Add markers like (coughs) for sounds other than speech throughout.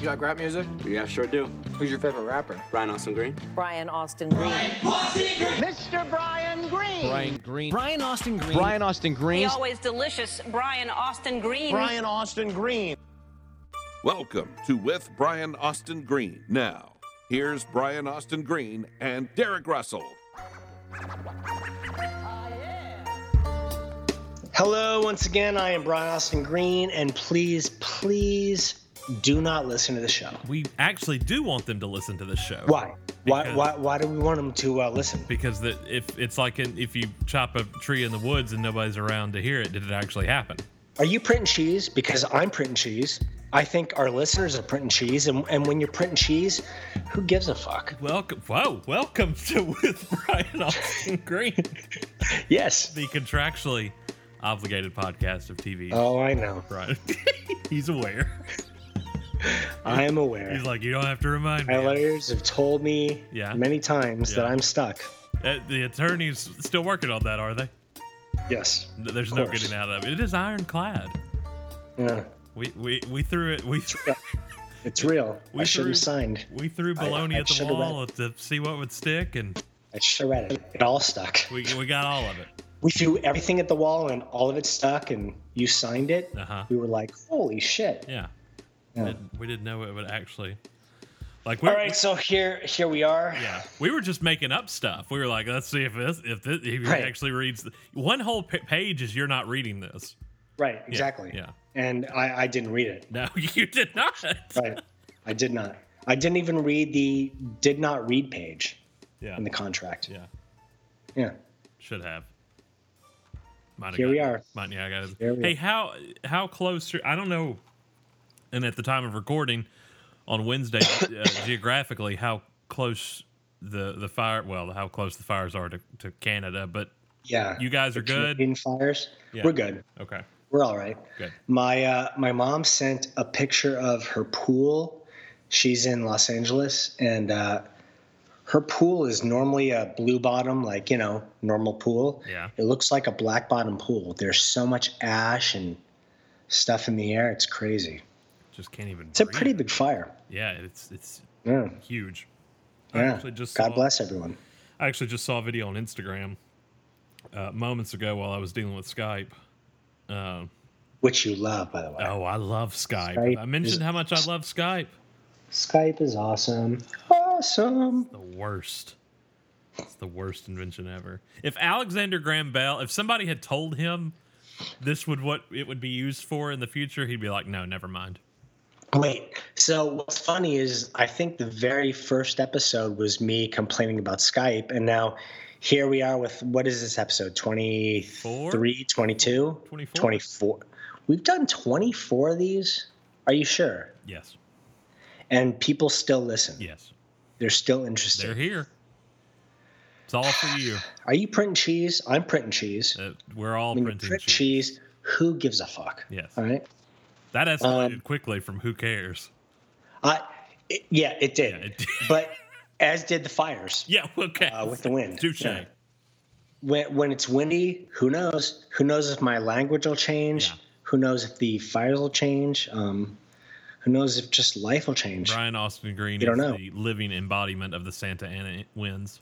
You like rap music? Yeah, sure do. Who's your favorite rapper? Brian Austin Green. Brian Austin Green. Mr. Brian Green. Brian Green. Brian Austin Green. Brian Austin The Green. always delicious Brian Austin Green. Brian Austin Green. Welcome to With Brian Austin Green. Now, here's Brian Austin Green and Derek Russell. Hello, once again. I am Brian Austin Green, and please, please do not listen to the show. We actually do want them to listen to this show. Why? Why? Because- Why? Why do we want them to uh, listen? Because the, if it's like an, if you chop a tree in the woods and nobody's around to hear it, did it actually happen? Are you printing cheese? Because I'm printing cheese. I think our listeners are printing cheese, and, and when you're printing cheese, who gives a fuck? Welcome, whoa, welcome (laughs) to with Brian Austin Green, Yes. the contractually obligated podcast of TV. Oh, I know. Right, (laughs) he's aware. I am aware. He's like, you don't have to remind me. My lawyers have told me Yeah. many times that Yeah. I'm stuck. Uh, the attorneys still working on that, are they? Yes. Th- There's no course. getting out of it. It is ironclad. Yeah. We we, we threw it. We It's real. We I should threw- have signed. we threw I- baloney I at the should've wall to see what would stick, and I should have read it. It all stuck. we we got all of it. We threw everything at the wall and all of it stuck, and you signed it. Uh huh. We were like, holy shit. Yeah. Yeah. Didn't- we didn't know it would actually. Like we All right, so here here we are. yeah, we were just making up stuff. We were like, let's see if this if this, if he Right. actually reads the, one whole pa- page is you're not reading this. (laughs) Right, Yeah, exactly. Yeah. And I, I didn't read it. No, you did not. Right. I did not. I didn't even read the did not read page Yeah. in the contract. Yeah. Yeah. Should have. Might have Here we gotten- are. Might, yeah, I got it. Here we Hey, are. how how close? Are, I don't know. And at the time of recording on Wednesday, uh, (coughs) geographically, how close the the fire? Well, how close the fires are to, to Canada? But Yeah. you guys are good. In fires. Yeah. We're good. Okay, We're all right. good. My uh, my mom sent a picture of her pool. She's in Los Angeles, and uh, her pool is normally a blue bottom, like you know, normal pool. Yeah. It looks like a black bottom pool. There's so much ash and stuff in the air. It's crazy. Just can't even. It's a breathe. pretty big fire. Yeah, it's it's Yeah. huge. I yeah. actually just God saw- bless everyone. I actually just saw a video on Instagram uh, moments ago while I was dealing with Skype. Uh, Which you love, by the way. oh, I love Skype. Skype I mentioned is- how much I love Skype. Skype is awesome. Awesome. The worst. It's the worst invention ever. If Alexander Graham Bell, if somebody had told him this would what it would be used for in the future, he'd be like, "No, never mind." Wait. So what's funny is I think the very first episode was me complaining about Skype, and now here we are with what is this episode 23, 22, 24? 24. We've done 24 of these. Are you sure? Yes, And people still listen. yes, They're still they're interested. here. It's all for you. Are you printing cheese? I'm printing cheese. Uh, we're all I mean, printing print cheese. cheese. Who gives a fuck? Yes, All right. that escalated Um, quickly from who cares. (laughs) I, Uh, it, yeah, it did. Yeah, it did. but (laughs) as did the fires Yeah, okay. uh, with the (laughs) wind. Touche. Yeah. when, when it's windy, who knows? Who knows if my language will change? Yeah. Who knows if the fires will change? Um, who knows if just life will change? Brian Austin Green is You don't know. the living embodiment of the Santa Ana winds.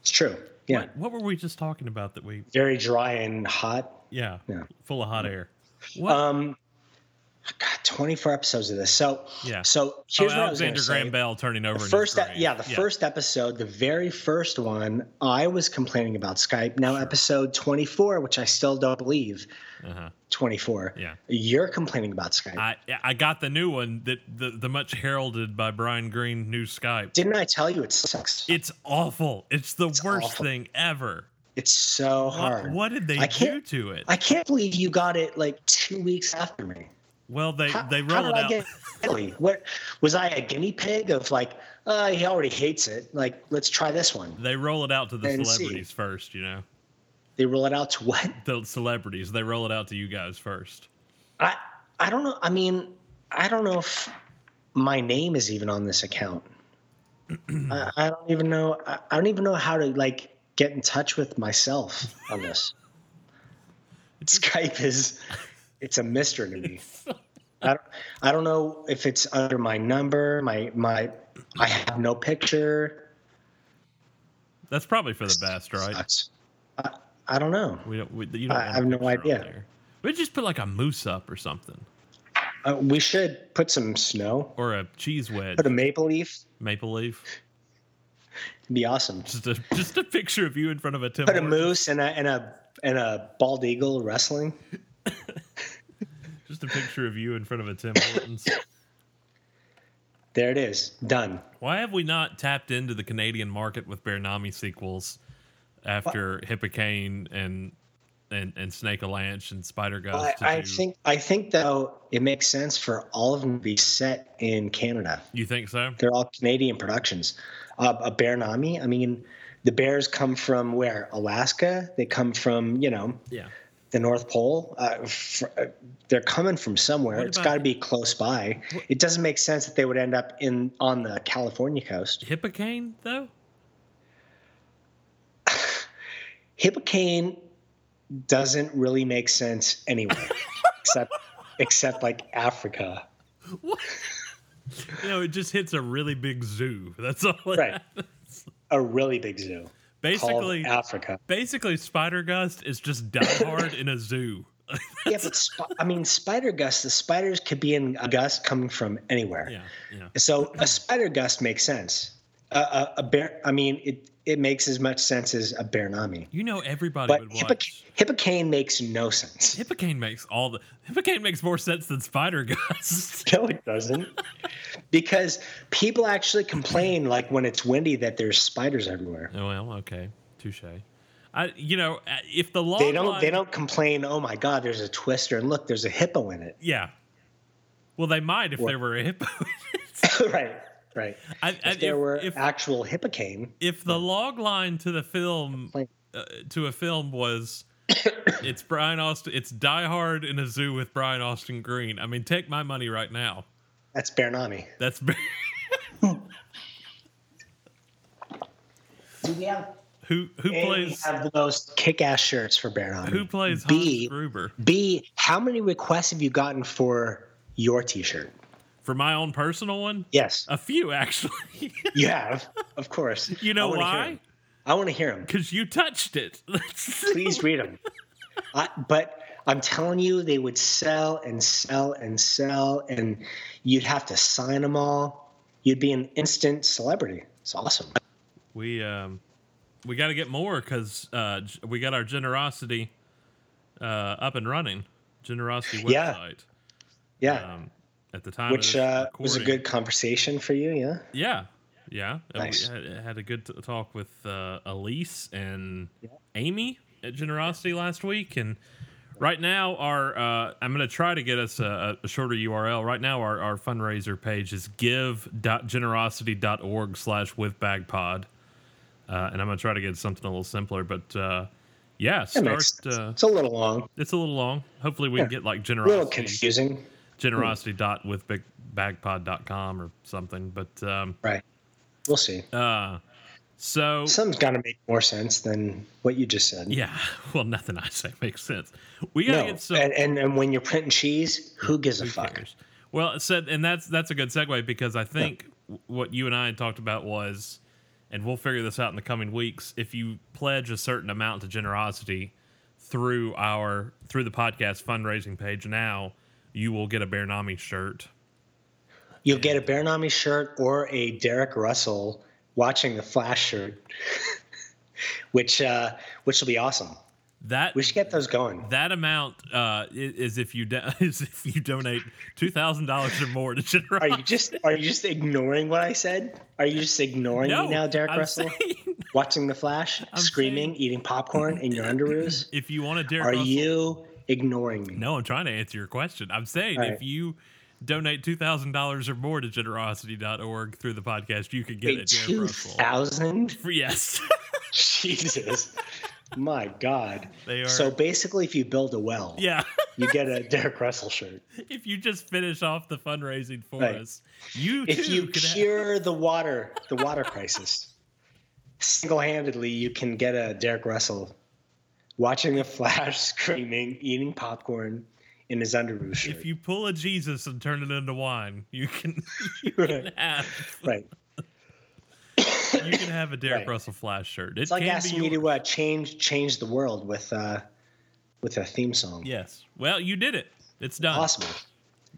It's true. Yeah. What, what were we just talking about that we? Very dry and hot. Yeah, Yeah. full of hot air. What? oh, Um, God, 24 episodes of this. So, yeah. so here's oh, what I Alexander was Graham going to say. Bell turning over. The in first, his e- grave. yeah, the first episode, the very first one, I was complaining about Skype. Now, episode 24, which I still don't believe, Uh-huh. 24, Yeah. you're complaining about Skype. I I got the new one that the, the much heralded by Brian Green new Skype. Didn't I tell you it sucks? It's awful. It's the worst awful. thing ever. It's so What, hard. what did they I do can't- to it? I can't believe you got it like two weeks after me. well, they How, they roll how did it I out. get really? What was I a guinea pig of like? Uh, he already hates it. Like, let's try this one. They roll it out to the and see. celebrities first. You know, They roll it out to what? the celebrities. They roll it out to you guys first. I I don't know. I mean, I don't know if my name is even on this account. I, I don't even know. I, I don't even know how to like get in touch with myself on this. Skype is it's a mystery to me. I don't, I don't know if it's under my number, my my I have no picture. That's probably for the best, right? Sucks. I, I don't know. We don't. We, you don't I want a have no picture on idea. there. We just put like a moose up or something, Uh, we should put some snow, or a cheese wedge, put a maple leaf. maple leaf. It'd be awesome. Just a (laughs) just a picture of you in front of a Tim. Put a Hortons. moose and a and a and a bald eagle wrestling. Just a picture of you in front of a Tim Hortons. There it is. Done. Why have we not tapped into the Canadian market with Bear Nami sequels after Hippocane and and and Snake Lanch and Spider Ghost? I, to I do- think I think though it makes sense for all of them to be set in Canada. you think so. They're all Canadian productions. Uh, a bear nami. I mean, the bears come from where? Alaska. They come from you know Yeah. the North Pole. Uh, fr- uh, they're coming from somewhere. What It's about- got to be close by. It doesn't make sense that they would end up in on the California coast. Hippocane though. Hippocane doesn't really make sense (laughs) anyway, except except like Africa. What? you know, it just hits a really big zoo. That's all. It Right. A really big zoo (laughs) Basically, called (laughs) Africa. basically, Spider Gust is just Die Hard in a zoo. Yeah, but sp- I mean, spider gust. The spiders could be in a gust coming from anywhere. Yeah, yeah. So a spider gust makes sense. A, a, a bear. I mean, it it makes as much sense as a bear nami. You know, everybody But would hippoc- watch. hippocane makes no sense. Hippocane makes all the Hippocane makes more sense than Spider Gust. (laughs) (laughs) No, it doesn't. because people actually complain, like when it's windy, that there's spiders everywhere. oh well, okay, touche. I, you know, uh, if the long They don't. line- They don't complain. Oh my God! There's a twister, and look, there's a hippo in it. (laughs) yeah. Well, they might if there were a hippo. (laughs) right. Right. I, I- If there were if, actual hippocane, if the log line to the film Like- uh, to a film (coughs) was it's Brian Austin it's Die Hard in a zoo with Brian Austin Green. I mean, take my money right now. that's bear nami. That's (laughs) Do we have? who who And we plays have the most kick-ass shirts for bear nami. who plays B. Hans Gruber B, how many requests have you gotten for your T-shirt? for my own personal one? Yes, A few actually. (laughs) you have, of course. you know I wanna hear why? 'em. I want to hear them. Because you touched it. (laughs) Please read them. I, but I'm telling you, they would sell and sell and sell, and you'd have to sign them all. You'd be an instant celebrity. It's awesome. we um we got to get more because uh, g- we got our generosity uh, up and running. Generosity website. Yeah. Yeah, um, at the time. which of this uh, was a recording. good conversation for you. Yeah, Yeah, yeah. Uh, we Nice. had, had a good t- talk with uh, Elise and Amy at Generosity last week, and right now our uh, I'm going to try to get us a, a shorter URL. Right now our, our fundraiser page is give.generosity.org/slash/withbagpod, uh, and I'm going to try to get something a little simpler, but. Uh, yeah, That start. makes sense. uh, it's a little long, it's a little long. Hopefully, we can get like a little generosity confusing, generosity dot with big bagpod.com or something but um right? We'll see. uh so Something's got to make more sense than what you just said. yeah (laughs) well nothing i say (laughs) makes sense we gotta No, get some and, and and when you're printing cheese, who gives a who fuck? cares? well it said and that's that's a good segue because i think w what you and i had talked about was and we'll figure this out in the coming weeks if you pledge a certain amount to generosity through our through the podcast fundraising page now you will get a bear nami shirt You'll get a Bear Nami shirt or a Derek Russell watching the Flash shirt, (laughs) which uh, which will be awesome. that We should get those going. That amount uh, i- is if you do- (laughs) is if you donate two thousand dollars or more to Are generosity. you just are you just ignoring what I said? Are you just ignoring me now, Derek I'm Russell? saying (laughs) watching the Flash, screaming, eating popcorn in your underoos. if you want to (laughs) Derek Are Russell, you ignoring me? No, I'm trying to answer your question. I'm saying All right. if you donate two thousand dollars or more to generosity.org through the podcast, you could get Wait, it, Derek two Russell. thousand? (laughs) Yes. (laughs) Jesus, my God! They are- So basically, if you build a well, yeah. you get a Derek Russell shirt. if you just finish off the fundraising for Right. us, you If too you could have- cure the water, the water crisis, single-handedly, you can get (laughs) a Derek Russell watching the Flash, screaming, eating popcorn in his Underoos shirt. If you pull a Jesus and turn it into wine, you can, (laughs) you can Right. have right. you can have a Derek Right. Russell Flash shirt. It It's like can asking be me yours. to uh, change change the world with uh, with a theme song. Yes. Well, you did it. It's done. Possible.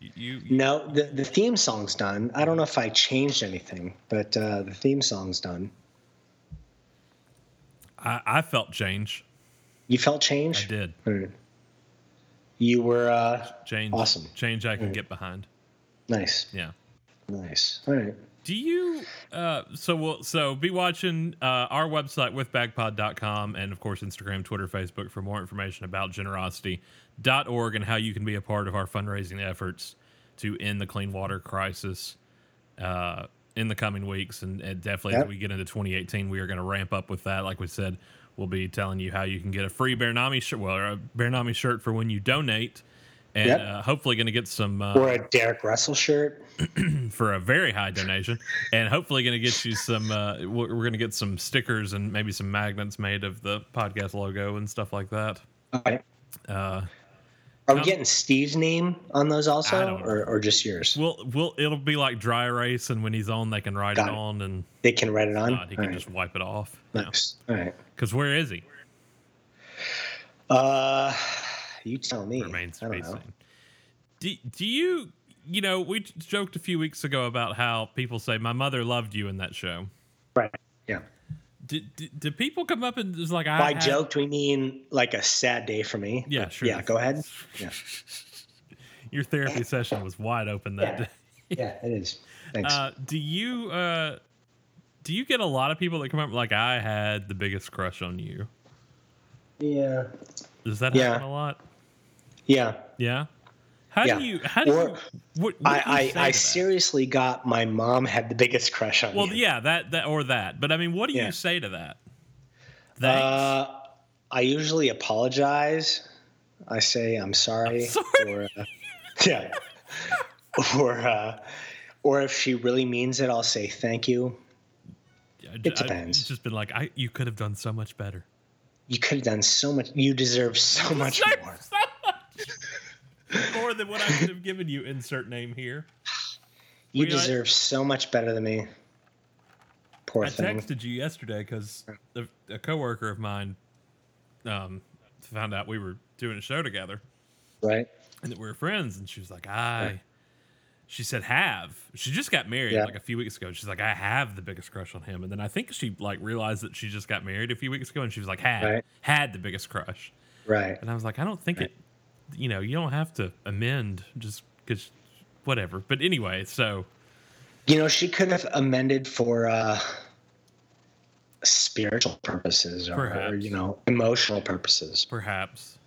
You, you- No, the, the theme song's done. I don't know if I changed anything, but uh, the theme song's done. I, I felt change. You felt I change? did. did. You were uh, Change. Awesome. Change I can get behind. nice. Yeah. Nice. All right. Do you uh so we'll so be watching uh our website with bagpod.com and of course Instagram, Twitter, Facebook for more information about generosity.org and how you can be a part of our fundraising efforts to end the clean water crisis uh in the coming weeks and, and definitely as Yep. we get into 2018 we are going to ramp up with that like we said we'll be telling you how you can get a free Bear Nami shirt well or a Bear Nami shirt for when you donate and Yep. uh, hopefully going to get some uh, Or a Derek Russell shirt. for a very high donation, and hopefully going to get you some. Uh, we're going to get some stickers and maybe some magnets made of the podcast logo and stuff like that. All right. Uh, Are we getting Steve's name on those I also, don't know. or, or just yours? we'll we'll it'll be like dry erase, and when he's on, they can write Got it it. on, and They can write it on. not, he All can right. just wipe it off. Nice. All right. Because where is he? Uh, you tell me. Remains I to don't be know. seen. Do, do you you know we j- joked a few weeks ago about how people say my mother loved you in that show. Right. Yeah. Do, do, do people come up and just like I By had- joked, we mean like a sad day for me. Yeah, sure. Yeah. Go (laughs) ahead. Yeah. Your therapy session was wide open that Yeah. day. Yeah. It is. Thanks. Uh, do you uh, do you get a lot of people that come up like I had the biggest crush on you? yeah. Does that Yeah. happen a lot? Yeah. Yeah. How Yeah. do you? How do you? Or- What, what do you I say I, I to that? seriously got my mom had the biggest crush on Well, me. yeah, that that or that. But I mean, what do Yeah. you say to that? Thanks. Uh, I usually apologize. I say I'm sorry. sorry. Or, uh, (laughs) yeah. or uh, or if she really means it, I'll say thank you. I- it I- depends. it's just been like, I you could have done so much better. You could have done so much. You deserve (laughs) so much So- more. so much more than what I could have given you. Insert name here. You Well, you know, I- deserve so much better than me. Poor I thing. texted you yesterday because a, a coworker of mine um, found out we were doing a show together Right. and that we were friends, and she was like, "I," she said, "Have." She just got married Yeah. like a few weeks ago. She's like, "I have the biggest crush on him," and then I think she like realized that she just got married a few weeks ago, and she was like, "Had Right. had the biggest crush," Right. and I was like, "I don't think it." You know, you don't have to amend just because whatever. But anyway, so You know, she could have amended for uh, spiritual purposes or, Perhaps. you know, emotional purposes. perhaps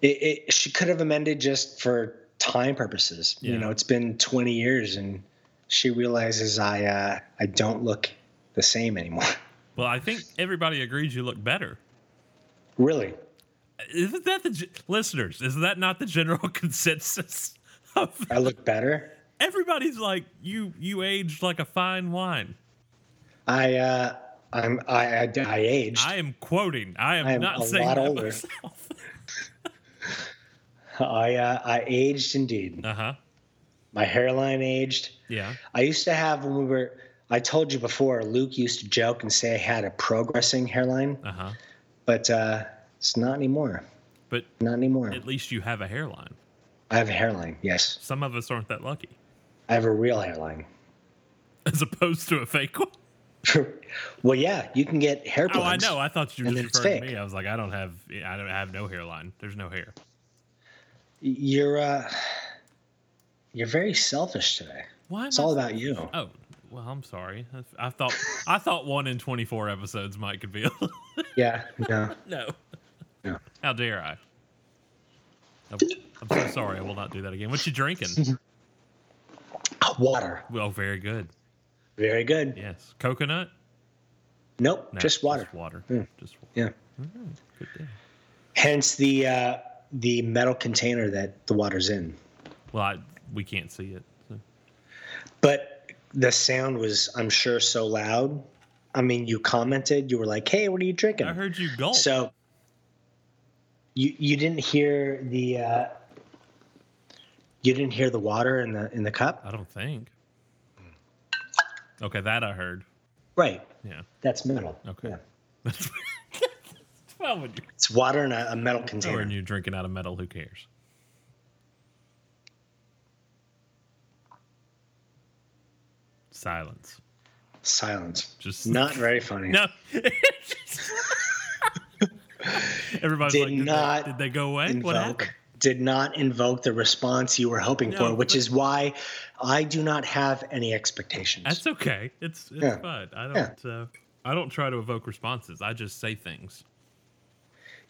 It, it, she could have amended just for time purposes. Yeah. You know, it's been 20 years and she realizes I uh, I don't look the same anymore. (laughs) well, I think everybody agrees you look better. really? Isn't that the ge- listeners? Is that not the general (laughs) consensus? Of I look better? everybody's like you. You aged like a fine wine. I uh, I'm I, I, I aged. I am quoting. I am I am not a saying lot that older. myself. (laughs) I uh, I aged indeed. Uh huh. My hairline aged. Yeah. I used to have when we were. I told you before. Luke used to joke and say I had a progressing hairline, Uh huh. but uh, it's not anymore. But Not anymore. at least you have a hairline. I have a hairline. Yes, Some of us aren't that lucky, (laughs) I have a real hairline. as opposed to a fake one. (laughs) well, yeah, you can get hair Oh, I plugs. know. I thought you were And just it's referring to fake. me. I was like, I don't have. I don't I have no hairline. There's no hair. You're uh, you're very selfish today. Why? am It's I all so- about you. Oh. Well, I'm sorry. I- I thought I thought one in 24 episodes might could be. (laughs) a- Yeah. No. No. No. How dare I? I'm I'm so sorry. I will not do that again. What you (laughs) drinking? Water. well, very good. Very good. Yes. Coconut? Nope. No, just water. Hmm. Just water. Just water. Mm-hmm. Yeah. Good deal. Hence the uh, the metal container that the water's in. Well, I, we can't see it. so. But the sound was, I'm sure, so loud. I mean, you commented, you were like, hey, what are you drinking? I heard you gulp. So, you you didn't hear the uh, you didn't hear the water in the in the cup, I don't think. Okay, that I heard. right? Yeah. That's metal. Okay. Yeah. (laughs) That's well, when you're, It's water in a, a metal container. when you're drinking out of metal, who cares? Silence. Silence. Just Not very funny. (laughs) No. Everybody's Did like, did, not they, did they go away? What invoke happened? did not invoke the response you were hoping No, for, which but- is why I do not have any expectations. That's okay. It's it's Yeah. fine. I don't uh, I don't try to evoke responses. I just say things.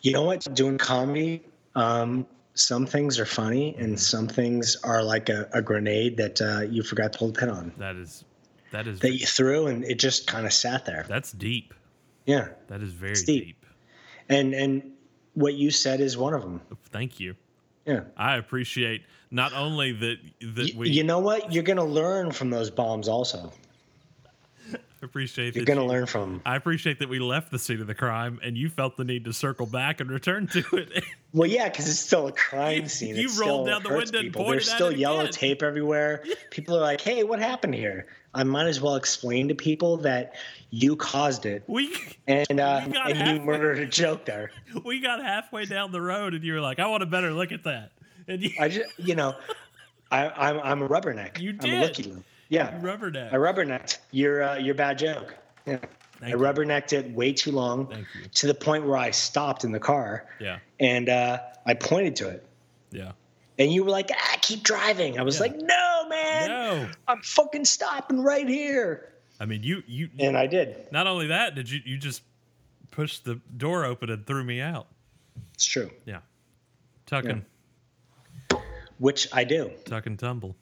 you know what? Doing comedy, um, some things are funny, and Mm-hmm. some things are like a, a grenade that uh, you forgot to hold the pin on. That is that is That you threw, and it just kind of sat there. that's deep. Yeah, That is very deep. deep. and and what you said is one of them. Thank you. Yeah. I appreciate not only that that Y- we you know what? You're gonna learn from those bombs. Also, appreciate you're that gonna you- learn from. 'em. I appreciate that we left the scene of the crime and you felt the need to circle back and return to it. (laughs) Well, yeah, because it's still a crime You- scene. you it rolled still down the hurts window and people. pointed There's at still it yellow again. (laughs) tape everywhere. People are like, "Hey, what happened here?" I might as well explain to people that you caused it we and uh, You got and you halfway. murdered a joke there. we got halfway down the road and you were like, I want a better look at that. And you, I just, you know, I, I'm I'm a rubberneck. You I'm a did. looky loo. Yeah, you rubbered at. I rubbernecked your uh, your bad joke. Yeah, Thank I you. rubbernecked it way too long Thank you. to the point where I stopped in the car Yeah. and uh, I pointed to it. Yeah. And you were like, ah, keep driving. I was Yeah. like, no, man. No. I'm fucking stopping right here. I mean, you, you, And I did. not only that, did you, you just pushed the door open and threw me out. It's true. Yeah. Tuck and, Which I do. tuck and tumble.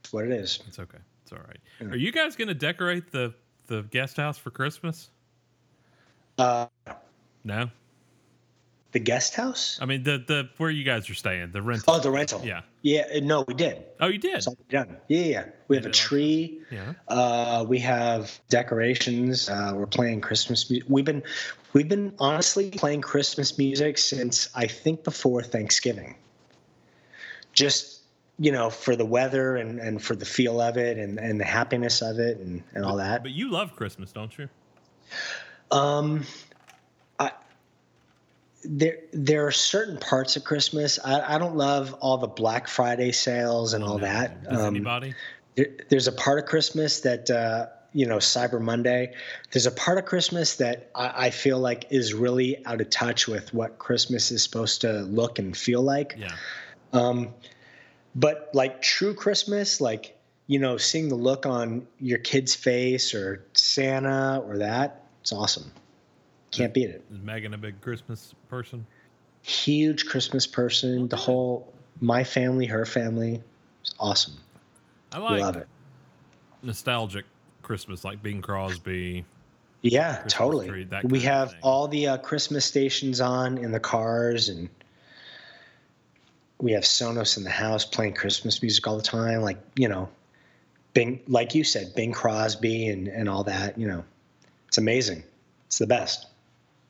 It's what it is. It's okay. It's all right. Are you guys going to decorate the, the guest house for Christmas? Uh, No. the guest house? I mean, the, the, where you guys are staying, the rental. Oh, the rental. Yeah. Yeah. uh, No, we did. Oh, you did. It's all done. Yeah, yeah. We did like have a that. tree. Yeah. Uh, we have decorations. Uh, we're playing Christmas music. We've been, we've been honestly playing Christmas music since I think before Thanksgiving. Just you know, for the weather and, and for the feel of it and, and the happiness of it and, and all that. But you love Christmas, don't you? Um, I there there are certain parts of Christmas I, I don't love all the Black Friday sales and all that. Does Um, anybody? there, there's a part of Christmas that uh, you know Cyber Monday. There's a part of Christmas that I, I feel like is really out of touch with what Christmas is supposed to look and feel like. Yeah. Um, but like true Christmas, like you know, seeing the look on your kid's face or Santa or that, it's awesome. Can't beat it. Is Megan a big Christmas person? Huge Christmas person. The whole my family, her family, it's awesome. I like Love it. nostalgic Christmas, like Bing Crosby. Yeah, Christmas totally. tree, that we kind of have thing. all the uh, Christmas stations on in the cars, and we have Sonos in the house playing Christmas music all the time. Like you know, Bing, like you said, Bing Crosby and and all that. You know, it's amazing. It's the best.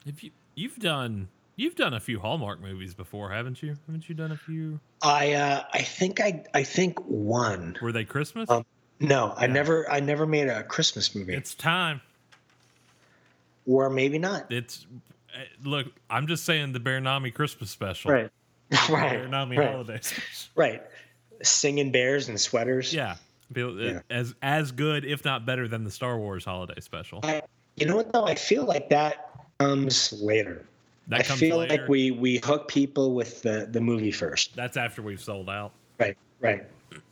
If you you've done you've done a few Hallmark movies before, haven't you? Haven't you done a few? I uh, I think I I think one. Were they Christmas? Um, No, I Yeah. never I never made a Christmas movie, it's time. or (laughs) maybe not. It's eh, look. I'm just saying the Bear Nami Christmas special. right, Bear Nami (laughs) right, holiday (laughs) special. right. Singing bears and sweaters. Yeah. Feel- eh, Yeah. As as good, if not better, than the Star Wars holiday special. I, you know what though? I feel like that comes later. That I comes feel later. like we we hook people with the the movie first. That's after we've sold out. Right, right.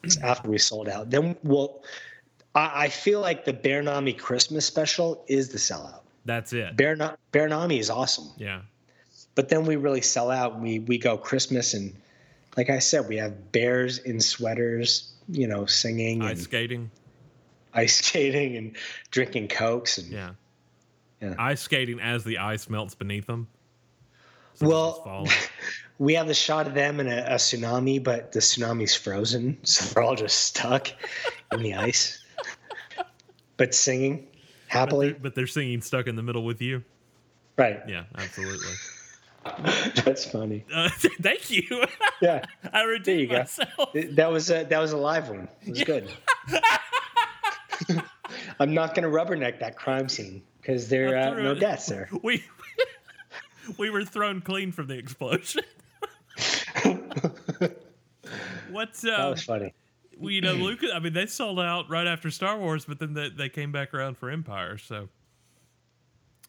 It's after we sold out. Then we'll. I, I feel like the Bear Nami Christmas special is the sellout. That's it. Bear, Na- Bear Nami is awesome, Yeah. but then we really sell out. and We we go Christmas and, like I said, we have bears in sweaters, you know, singing and Ice skating. ice skating and drinking cokes and Yeah. Yeah. Ice skating as the ice melts beneath them. Well- it's (laughs) falling. we have the shot of them in a, a tsunami, but the tsunami's frozen, (laughs) so they're all just stuck in the ice, but singing but, they're, (laughs) happily. but they're singing stuck in the middle with you. Right. Yeah, absolutely. (laughs) That's funny. Uh, (laughs) thank you. Yeah, I redeemed you go. myself. It- that was a, that was a live one. It was good. (laughs) (laughs) I'm not going to rubberneck that crime scene because there I are uh, threw no it. deaths there. We (laughs) we were thrown clean from the (laughs) explosion. What's That uh, was funny. well, (clears throat) you know, Lucas? I mean, they sold out right after Star Wars, but then they, they came back around for Empire. So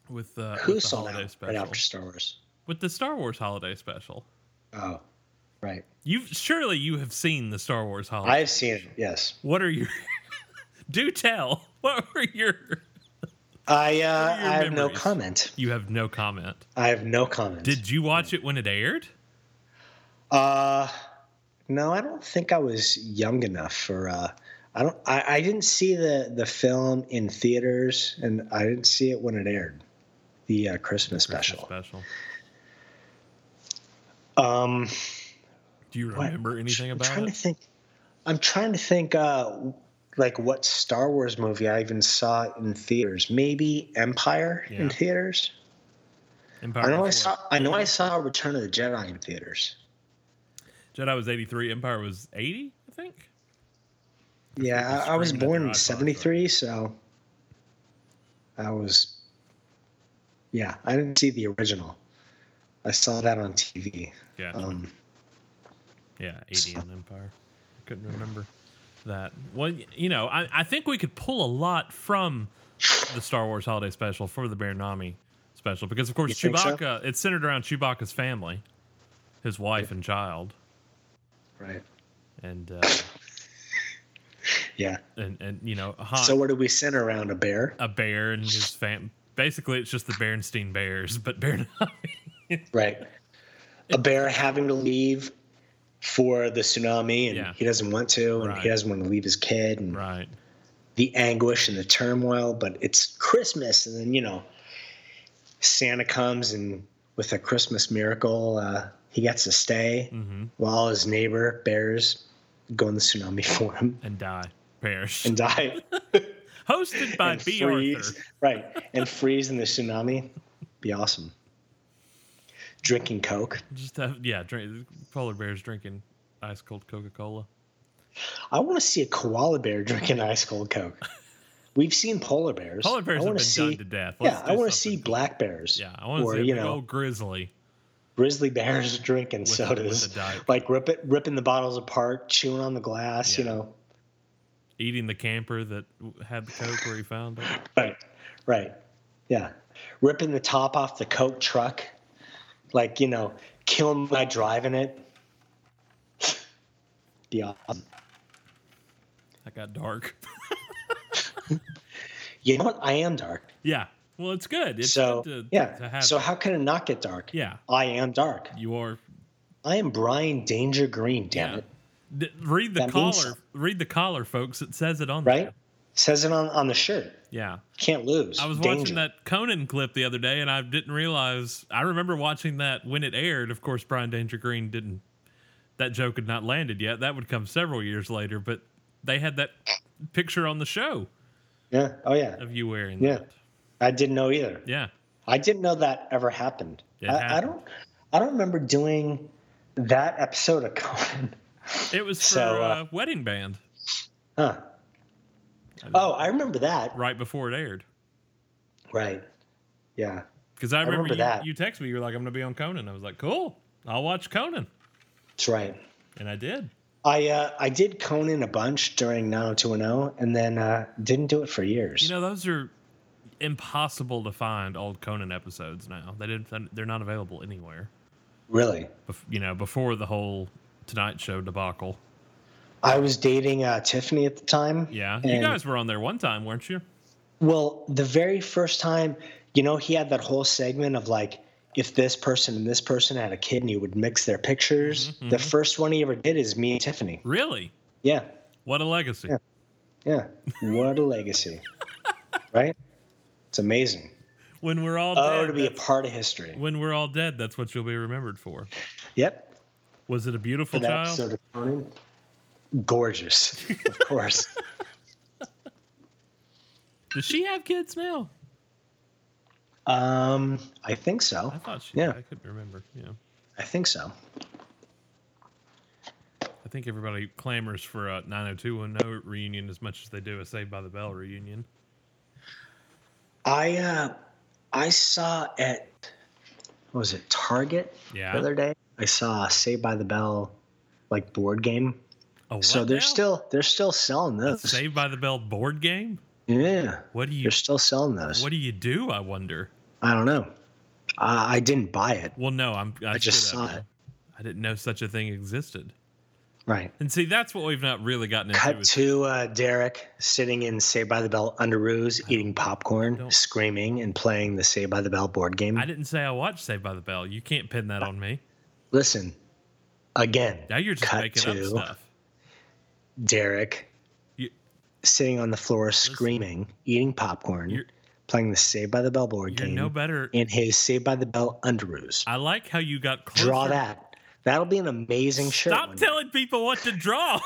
with uh, Who with the sold holiday out right special, after Star Wars? with the Star Wars holiday special, Oh, right. you've surely you have seen the Star Wars holiday. I've seen it. Yes, what are your (laughs) do tell? What were your? I uh, are your I have no memories? comment. You have no comment. I have no comment. Did you watch it when it aired? Uh, no, I don't think I was young enough for. Uh, I don't. I, I didn't see the the film in theaters, and I didn't see it when it aired, the uh, Christmas special. Special. Um, Do you what- remember anything I'm about trying it? to think. I'm trying to think. Uh, like what Star Wars movie I even saw in theaters? Maybe Empire in Yeah. theaters. Empire I know I was saw. what? I know I saw Return of the Jedi in theaters. Jedi was eighty three. Empire was eighty, I think. Yeah, Just I, I was screaming at born their in iPods, '73, so I was. Yeah, I didn't see the original. I saw that on TV. Yeah, Um, yeah, eighty in Empire. I couldn't remember that. Well, y- you know, I, I think we could pull a lot from the Star Wars Holiday Special for the Bear Nami special because, of course, You think so? Chewbacca. It's centered around Chewbacca's family, his wife and child, right. and uh, Yeah. and and you know, Han, So what did we center around a bear? a bear and his fam. Basically, it's just the Bernstein Bears, but Bear Nami. Right. A bear having to leave for the tsunami, and Yeah. he doesn't want to, and Right. he doesn't want to leave his kid, and right. the anguish and the turmoil. But it's Christmas, and then you know, Santa comes and with a Christmas miracle, uh, he gets to stay. Mm-hmm. while his neighbor bears go in the tsunami (laughs) for him and die, perish. and die Hosted (laughs) by and B. freeze Arthur. right and freeze in the tsunami be awesome drinking coke Just have yeah, drink, polar bears drinking ice cold Coca Cola. i want to see a koala bear drinking ice cold coke we've seen polar bears Polar bears I have wanna been see, done to death. yeah i want want to see black bears Yeah, I want to or see a you big know old grizzly. grizzly bears (laughs) drinking a- sodas with a diet like rip it, ripping the bottles apart chewing on the glass you Yeah. know Eating the camper that w- had the coke where he found it. Right, right. Yeah. Ripping the top off the Coke truck. Like, you know, killing by driving it. (sighs) Be awesome. That got dark. (laughs) You know what? I am dark. yeah. Well, it's good. It's so, good to, yeah. to have. so, how can it not get dark? yeah, I am dark. you are. I am Brian Danger Green, damn Yeah. it. D- read the That collar. means- Read the collar, folks. It says it on there. Right? Says it on, on the shirt. Yeah. Can't lose. I was Danger. watching that Conan clip the other day, and I didn't realize. I remember watching that when it aired. Of course, Brian Danger Green didn't. That joke had not landed yet. That would come several years later, but they had that picture on the show Yeah. Oh, yeah. of you wearing Yeah. that. I didn't know either. Yeah. I didn't know that ever happened. It I, I happened. don't. I don't remember doing that episode of Conan. (laughs) It was for So, uh, uh, Wedding Band Huh. Oh, I remember that. Right. right before it aired. Yeah. Because I remember, remember you, that. you texted me, you were like, I'm going to be on Conan. I was like, cool, I'll watch Conan. That's right. And I did. I uh, I did Conan a bunch during 90210 and then uh, didn't do it for years. You know, those are impossible to find old Conan episodes now. They didn't, they're not available anywhere. really. bef- you know, before the whole Tonight Show debacle. I was dating uh, Tiffany at the time. Yeah, you and- guys were on there one time, weren't you? Well, the very first time, you know, he had that whole segment of like, if this person and this person had a kid and you would mix their pictures. Mm-hmm, The first one he ever did is me and Tiffany. Really? Yeah. What a legacy! Yeah. What (laughs) a legacy. Right? It's amazing. When we're all Oh, dead, to be a that's- part of history. when we're all dead, that's what you'll be remembered for. Yep. Was it a beautiful For that child? episode of Conan. Gorgeous, (laughs) of course. Does she have kids now? Um, I think so. I thought she. Yeah. I couldn't remember. Yeah. I think so. I think everybody clamors for a 90210 reunion as much as they do a Saved by the Bell reunion. I uh, I saw at what was it Target Yeah. the other day. I saw a Saved by the Bell like board game. A so what they're now? still they're still selling those. Saved by the Bell board game. yeah, What do you they're still selling those. What do you do? I wonder. I don't know. I, I didn't buy it. Well, no, I'm. I, I just should have. saw it. I didn't know such a thing existed. Right. And see, that's what we've not really gotten into. Cut with- to uh, Derek sitting in Saved by the Bell underoos, eating popcorn, don't- screaming, and playing the Saved by the Bell board game. I didn't say I watched Saved by the Bell. You can't pin that on me. Listen, again, Now you're just Cut making up to- stuff. Derek You- sitting on the floor screaming, eating popcorn, You're- playing the Saved by the Bell board You're game no better. in his Saved by the Bell underoos. I like how you got closer. Draw that. That'll be an amazing shirt. Stop one day. telling people what to (laughs) draw.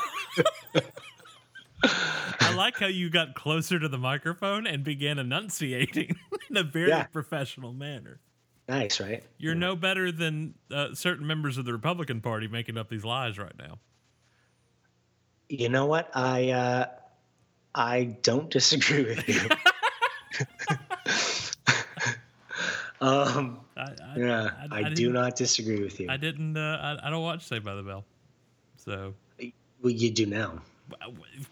I like how you got closer to the microphone and began enunciating (laughs) in a very Yeah. professional manner. Nice, right? You're no better than uh, certain members of the Republican Party making up these lies right now. You know what? I uh, I don't disagree (laughs) with you. (laughs) um, I, I, yeah, I- I, I do didn't- not disagree with you. I didn't. Uh, I, I don't watch Saved by the Bell, so well, you do now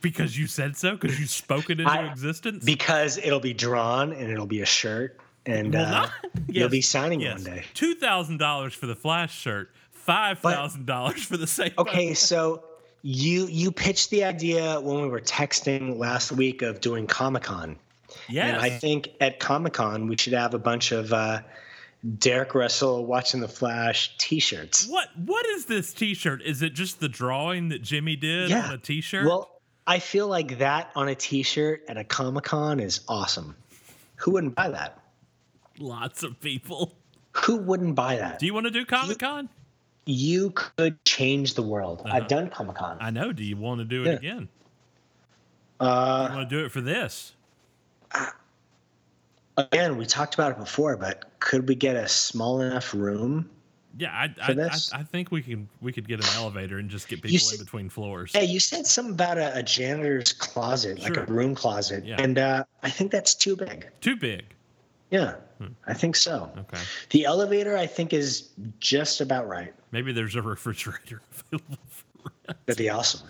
because you said so, because you spoke it into (laughs) I- existence. because it'll be drawn and it'll be a shirt, and Well, uh, not- you'll yes, be signing yes. one day. Two thousand dollars for the Flash shirt, five thousand dollars for the Saved. by Okay, so you you pitched the idea when we were texting last week of doing Comic Con. Yes. And I think at Comic Con we should have a bunch of uh, Derek Russell watching the Flash T-shirts. what what is this T-shirt? Is it just the drawing that Jimmy did Yeah. on a T-shirt? Well, I feel like that on a T-shirt at a Comic Con is awesome. Who wouldn't buy that? lots of people. Who wouldn't buy that? Do you want to do Comic Con? You could change the world. Uh-huh. I've done Comic Con. I know. Do you want to do it Yeah. again? Uh, You want to do it for this? again, we talked about it before, but could we get a small enough room? Yeah, I For I, this? I I think we can we could get an elevator and just get people see- in between floors. Yeah, you said something about a, a janitor's closet, like Sure. a room closet, Yeah. and uh, I think that's too big. Too big. Yeah, I think so. Hmm. Okay. The elevator, I think, is just about right. Maybe there's a refrigerator (laughs) available for rent. That'd be awesome.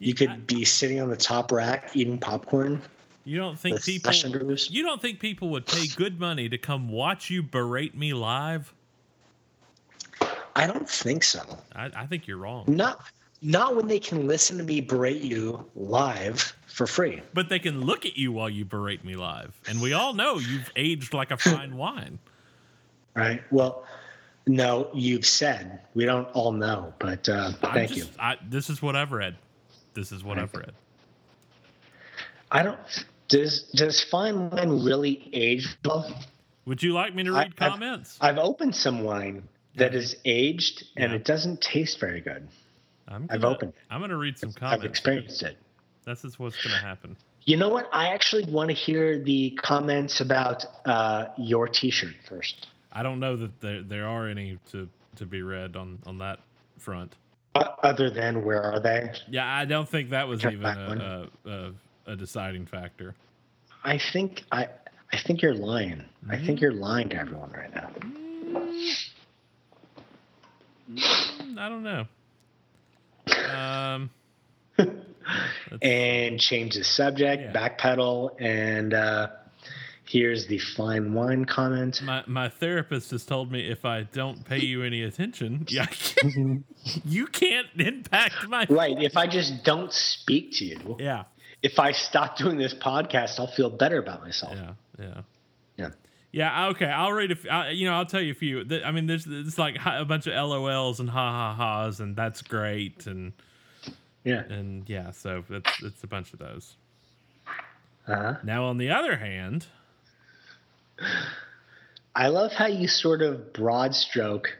You (laughs) could be sitting on the top rack eating popcorn. You don't think The people Flash Underoos? You don't think people would pay good money to come watch you berate me live? I don't think so. I, I think you're wrong. Not not when they can listen to me berate you live for free. But they can look at you while you berate me live. And we all know you've aged (laughs) like a fine wine. Right. Well, no, you've said we don't all know, but uh, I'm thank you. just- I, this is what I've read. This is what I've read. I don't. Does does fine wine really age well? Would you like me to I- read I've- comments? I've opened some wine that is aged and Yeah. it doesn't taste very good. i am I've gonna, opened it. I'm going to read some I've comments. experienced it. That's just what's going to happen. You know what? I actually want to hear the comments about uh, your T-shirt first. I don't know that there, there are any to, to be read on, on that front. O- Other than where are they? Yeah, I don't think that was Check even back one. a, a, a, a deciding factor. I think I I think you're lying. I Mm-hmm. think you're lying to everyone right now. Mm, I don't know. Um, And change the subject, Yeah. backpedal, and uh, here's the fine wine comment. my my therapist has told me if I don't pay you any attention, (laughs) yeah, I can't- you can't impact my Right. If I just don't speak to you, Yeah, if I stop doing this podcast, I'll feel better about myself. yeah, yeah. Yeah. Yeah, okay. I'll read a few. You know, I'll tell you a few. Th- I mean, there's it's like hi- a bunch of LOLs and ha ha ha's and that's great and Yeah. and yeah. So it's it's a bunch of those. Uh-huh. Now, on the other hand, I love how you sort of broad stroke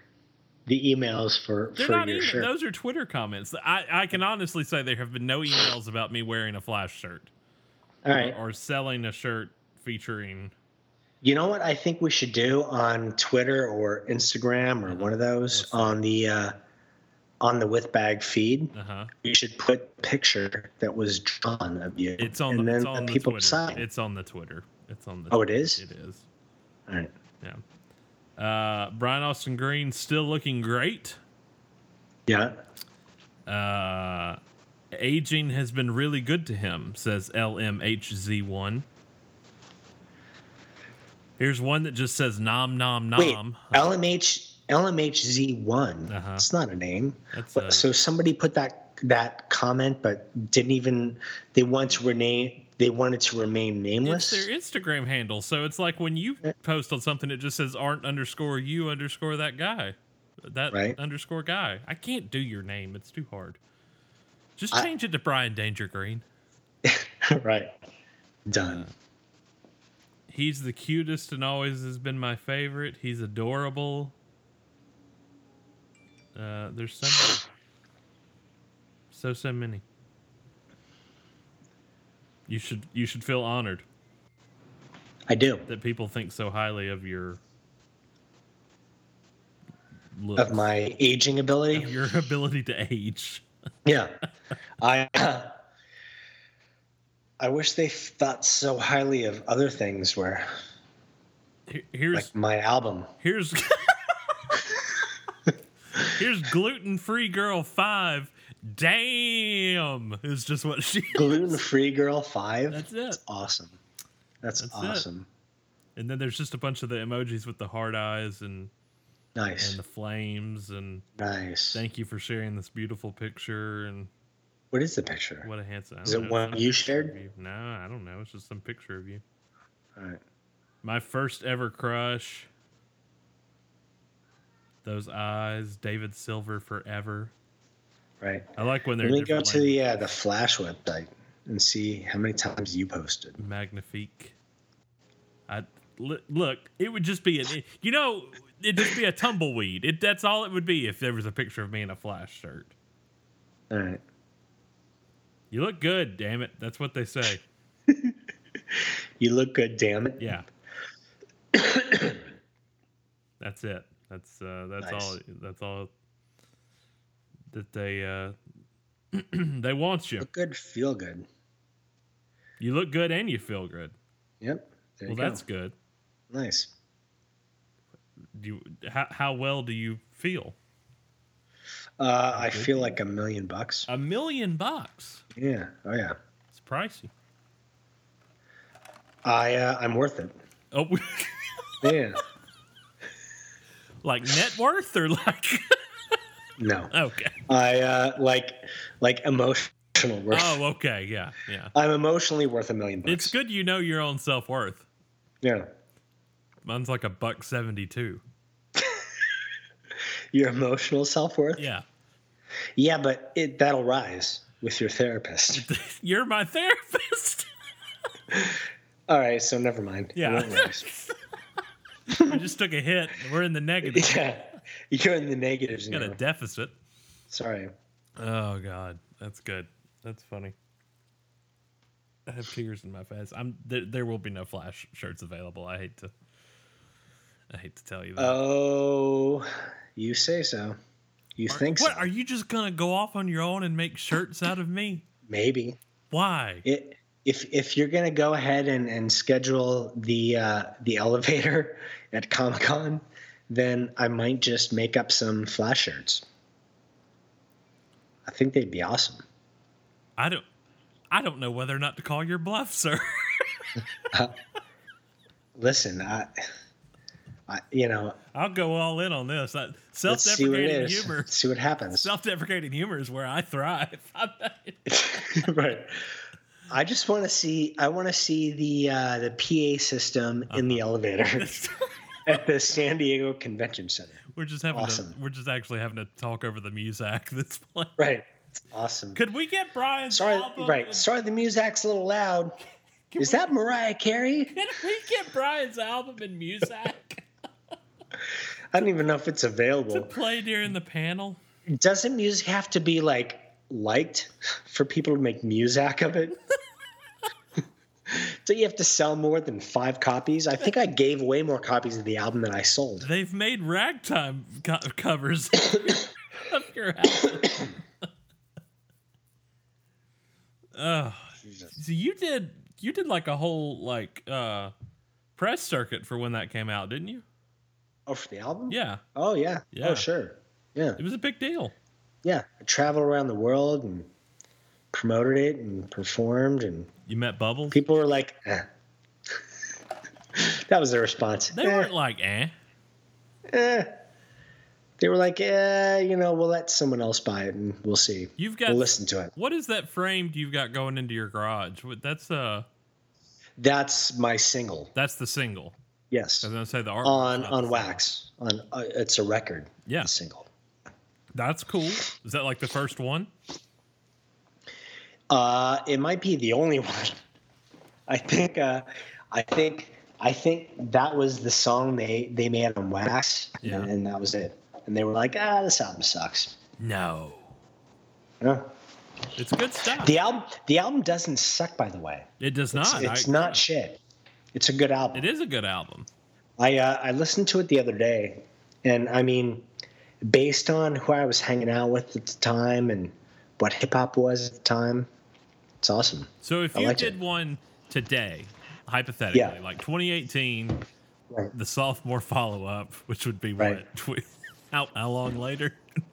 the emails for They're for not your even. shirt. Those are Twitter comments. I, I can honestly say there have been no emails about me wearing a flash shirt All right. or selling a shirt featuring You know what I think we should do on Twitter or Instagram Uh-huh. or one of those on the uh, on the with bag feed. Uh huh. We should put a picture that was drawn of you. It's on. and the, then it's on the the people Twitter. sign. It's on the Twitter. It's on the. Oh, it is? It is. All right. Yeah. Uh, Brian Austin Green still looking great. Yeah. Uh, aging has been really good to him, says LMHZ1. Here's one that just says nom nom nom. Wait, LMH LMHZ1. Uh-huh. It's not a name. That's But- a- so somebody put that that comment, but didn't even they want to rename. They wanted to remain it's nameless. their Instagram handle, so it's like when Eh. you post on something, it just says aren't underscore you underscore that guy, that Right. underscore guy. I can't do your name; it's too hard. Just I- change it to Brian Danger Green. (laughs) right. Uh, Done. He's the cutest and always has been my favorite. He's adorable. Uh, there's so many. so so many. You should you should feel honored I do. that people think so highly of your looks, Of my aging of ability. your ability to age. Yeah. I (coughs) I wish they thought so highly of other things where Here- Here's like my album. Here's (laughs) Here's gluten free girl five. Damn is just what she (laughs) Gluten Free Girl 5. That's it. awesome. That's, That's it. awesome. And then there's just a bunch of the emojis with the hard eyes and, Nice. and the flames and nice. thank you for sharing this beautiful picture and what is the picture? what a handsome I Is don't it know, one some you picture of shared? you. No, I don't know. It's just some picture of you. All right. My first ever crush. Those eyes, David Silver forever. Right. I like when they're Let me go different to the uh, the Flash website and see how many times you posted. Magnifique. I li- look. It would just be an. You know, it'd just be a tumbleweed. It that's all it would be if there was a picture of me in a flash shirt. All right. You look good, damn it. That's what they say. You look good, damn it. Yeah. (coughs) that's it. That's uh, that's Nice. all. That's all. That they uh, (clears throat) they want you. Look good, feel good. You look good and you feel good. Yep. There Well, you go. that's good. nice. Do you, how how well do you feel? Uh, I feel like a million bucks. A million bucks. Yeah. Oh yeah. It's pricey. I uh, I'm worth it. Oh, (laughs) we- Yeah. (laughs) like net worth or like (laughs) No. okay. I uh, like like emotional worth. Oh, okay. Yeah, yeah. I'm emotionally worth a million bucks. It's good you know your own self worth. Yeah. Mine's like a buck seventy two. Your emotional self worth. Yeah, Yeah, but it that'll rise with (laughs) your therapist. you're my therapist. All right, so never mind. It Yeah. won't rise. (laughs) I just took a hit. We're in the (laughs) negative. yeah. You're in the negatives Got now. a deficit. Sorry. Oh God, that's good. That's funny. I have tears in my face. I'm there. There will be no flash shirts available. I hate to. I hate to tell you that. Uh, Oh, you say so. You think what so? are you just gonna go off on your own and make shirts out of me? Maybe. Why? It, if if you're gonna go ahead and, and schedule the uh, the elevator (laughs) at Comic Con, then I might just make up some flash shirts. I think they'd be awesome. I don't I don't know whether or not to call your bluff, (laughs) sir. Listen, I, I you know, I'll go all in on this. That let's see what self-deprecating it is. humor. See what happens. Self-deprecating humor is where I thrive. (laughs) (laughs) right. I just want to see. I want to see the uh, the PA system in Uh-huh. (laughs) the elevator at the San Diego Convention Center. we're just having Awesome. to, we're just actually having to talk over the music that's playing. Right. It's awesome. Could we get Brian's Sorry. album? Right. Sorry, the music's a little loud. Can Is we- that Mariah Carey? Could we get Brian's album and music I don't even know if it's to (laughs) available. play during the panel? Doesn't music have to be (laughs) like liked for people to make music of it? So you have to sell more than five copies. I think I gave away more copies of the album than I sold. They've made ragtime co- covers (coughs) of your album. (coughs) oh, so you did you did like a whole like uh press circuit for when that came out, didn't you? Oh, for the album? Yeah, Oh yeah. Yeah. Oh sure. Yeah. it was a big deal. Yeah. I traveled around the world and promoted it and performed and You met Bubbles. people were like, eh. (laughs) that was their response. They Eh, weren't like eh. eh. They were like, eh, you know, we'll let someone else buy it and we'll see. You've got we'll listen to it. What is that framed you've got going into your garage? What- That's uh, That's my single. that's the single. Yes. I was gonna say the art On on wax. On uh, it's a record. Yeah. the single. That's cool. Is that like the first one? Uh, it might be the only (laughs) one. I think. Uh, I think. I think that was the song they they made on Wax, Yeah. and, that was it. And they were like, "Ah, this album sucks." No, Yeah. it's good stuff. The album the album doesn't suck, by the way. it does not. I it's agree. not shit. It's a good album. It is a good album. I uh, I listened to it the other day, and I mean, based on who I was hanging out with at the time and what hip hop was at the time, it's awesome. So if I you liked did it. one today, hypothetically, Yeah. like 2018, Right. the sophomore follow up, which would be Right. what tw- (laughs) how how long later? (laughs)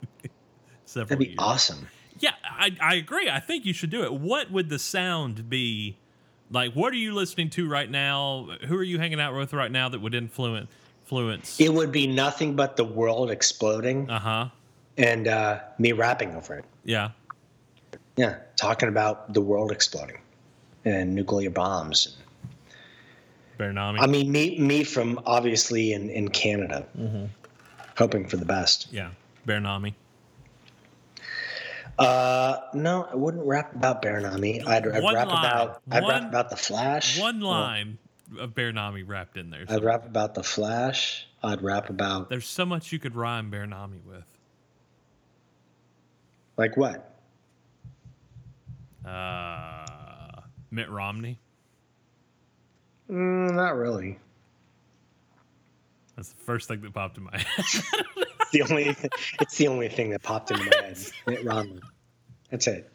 Several That'd be years. awesome. Yeah, I, I agree. I think you should do it. What would the sound be? Like, what are you listening to right now? Who are you hanging out with right now that would influence? influence? It would be nothing but the world exploding Uh huh. and uh, me rapping over it. Yeah. Yeah, talking about the world exploding and nuclear bombs. Bernami. I mean, me me from obviously in in Canada, Mm-hmm. hoping for the best. yeah. Bernami. Uh, no, I wouldn't rap about Baranami. I'd, I'd One rap line. about I'd One- rap about the Flash. One line of Bernami wrapped in there. I'd rap about the Flash. I'd rap about There's so much you could rhyme Bernami with. like what? Uh, Mitt Romney. Mm, not really. That's the first thing that popped in my (laughs) head. It's the only (laughs) it's the only thing that popped into my head. Mitt Romney. That's it.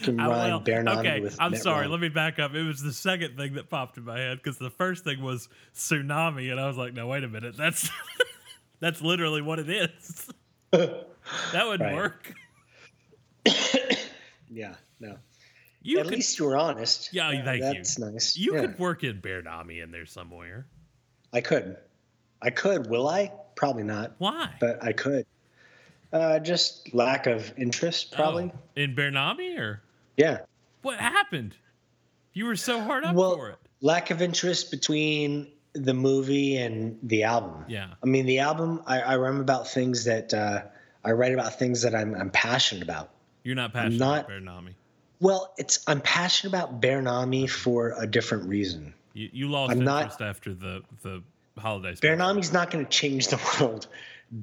You can I rhyme will- Baranami Oh, okay, with I'm Mitt sorry. Romney. Let me back up. It was the second thing that popped in my head because the first thing was tsunami, and I was like, "No, wait a minute. That's (laughs) that's literally what it (laughs) is. that would Right. work. Yeah, no. You At could least you were honest. Yeah, thank you. that's nice. you Yeah, could work in Bearnami in there somewhere. I could. I could. Will I? Probably not. Why? But I could. Uh, just lack of interest, probably. Oh, in Bearnami or Yeah. what happened? You were so hard up Well- for it. lack of interest between the movie and the album. Yeah. I mean, the album, I, I write about things that uh, I write about things that I'm, I'm passionate about. You're not passionate Not- about Bearnami. Well, it's I'm passionate about Bearnami for a different reason. You, you lost I'm not- interest after the the holiday. special. Bearnami's not going to change the (laughs) world. know that.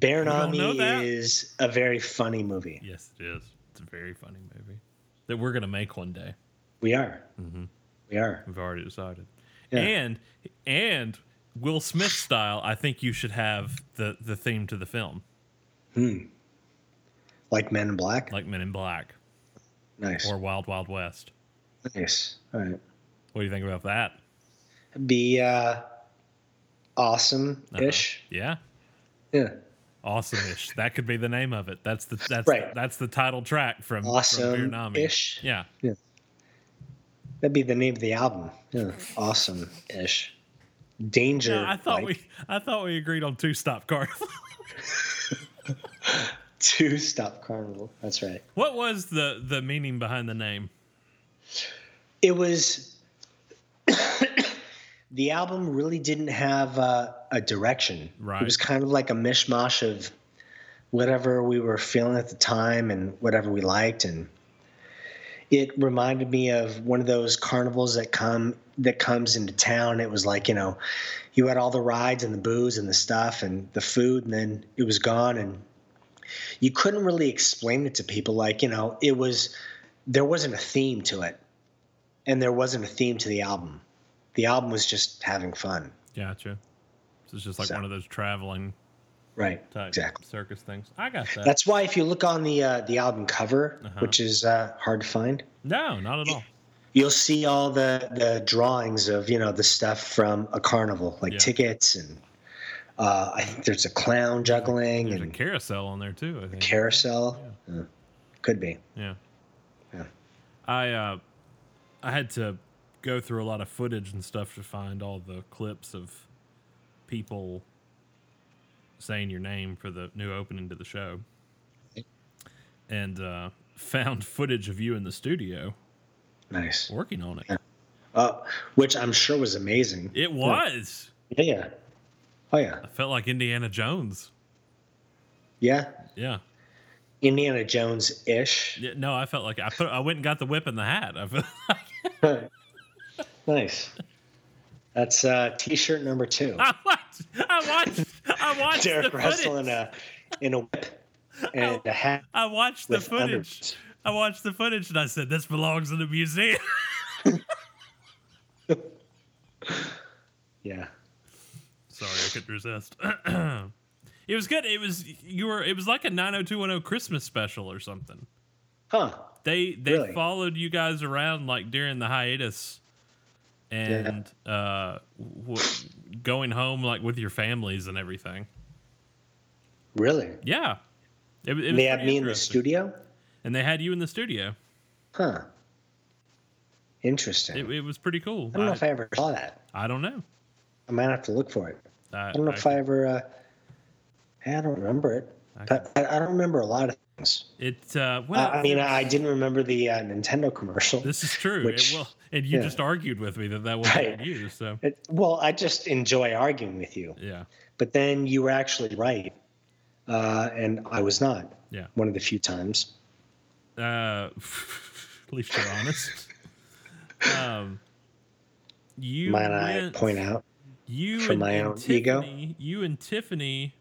Bearnami is a very funny movie. Yes, it is. It's a very funny movie that we're gonna make one day. We are. Mm-hmm. We are. We've already decided. Yeah. And and Will Smith style, I think you should have the the theme to the film, Like Men in Black. like Men in Black nice. or Wild Wild West. nice. All right. What do you think about that? Be uh, awesome Uh-huh. ish. Yeah. Uh-huh. Yeah. Awesome-ish. that could be the name of it. That's the that's Right. that's the title track from from Bearnami. Awesome-ish. Yeah. That'd be the name of the album. Yeah, awesome ish. Danger. No, I thought like, we I thought we agreed on two stop car. (laughs) two stop carnival. That's right. (laughs) what was the the meaning behind the name? It was (coughs) the album really didn't have uh, a direction. Right. It was kind of like a mishmash of whatever we were feeling at the time and whatever we liked and it reminded me of one of those carnivals that come that comes into town it was like you know you had all the rides and the booze and the stuff and the food and then it was gone and you couldn't really explain it to people like you know it was there wasn't a theme to it and there wasn't a theme to the album the album was just having fun. Gotcha. So it's just like So- one of those traveling Right. type Exactly. circus things. I got that. That's why if you look on the uh, the album cover, Uh-huh. which is uh, hard to find, no, not at all. you'll see all the the drawings of you know the stuff from a carnival, like Yeah. tickets and uh, I think there's a clown juggling There's a and carousel on there too. I think. carousel. Uh, could be. Yeah. Yeah. I uh, I had to go through a lot of footage and stuff to find all the clips of people saying your name for the new opening to the show, and uh, (laughs) found footage of you in the studio Nice. working on it. Uh, which I'm sure was amazing. It was. Yeah. yeah. Oh yeah. I felt like Indiana Jones. Yeah. Yeah. Indiana Jones ish. yeah. No, I felt like I put. I went and got the whip and the hat. I felt (laughs) nice. That's uh, T-shirt number two. I watched. I watched. I watched Ah, the Derek Russell uh, footage. in a in a whip (laughs) and a hat. I watched the with under- footage. I watched the footage and I said, "This belongs in a museum." (laughs) Yeah. Sorry, I couldn't resist. (clears throat) it was good. It was you were. It was like a 90210 Christmas special or something. Huh. They they Really? followed you guys around like during the hiatus, and uh, w- going home like with your families and everything. Really? Yeah, it, wa- it was They had pretty me in the interesting. studio. and they had you in the studio. Huh. Interesting. It, it was pretty cool. I don't know if I ever saw that. I don't know. I might have to look for it. I, I don't know if I ever. Uh, I don't remember it. I But I, I don't remember a lot of things. It uh, I- well, I mean, I didn't remember the uh, Nintendo commercial. This is true. Which- it will, and you yeah. just argued with me that that wasn't Right. you. So It, well, I just enjoy arguing with you. yeah, But then you were actually right, uh, and I was not. Yeah. One of the few times. uh, (laughs) at least you're honest. Um, you Might went- I point out? you for and, my and own ego? Tiffany, You and Tiffany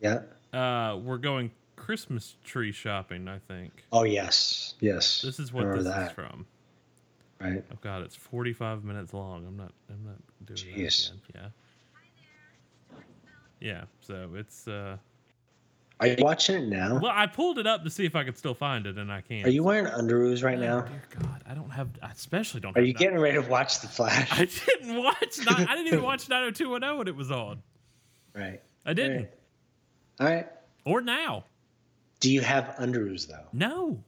Yeah. uh, were going Christmas tree shopping. I think Oh yes, yes. this is what Remember this is that, from. Right. Oh God, it's 45 minutes long. I'm not. I'm not doing Jeez. that again. Yeah. Yeah. So it's. uh Are you watching it now? Well, I pulled it up to see if I could still find it, and I can't. Are you wearing underoos right now? Oh, Dear God, I don't have. I especially don't. Are have you ni- getting ready to watch the Flash? I didn't watch. ni- I didn't even watch 90210 when it was on. Right. I didn't. Right. All right. Or now. Do you have underoos though No,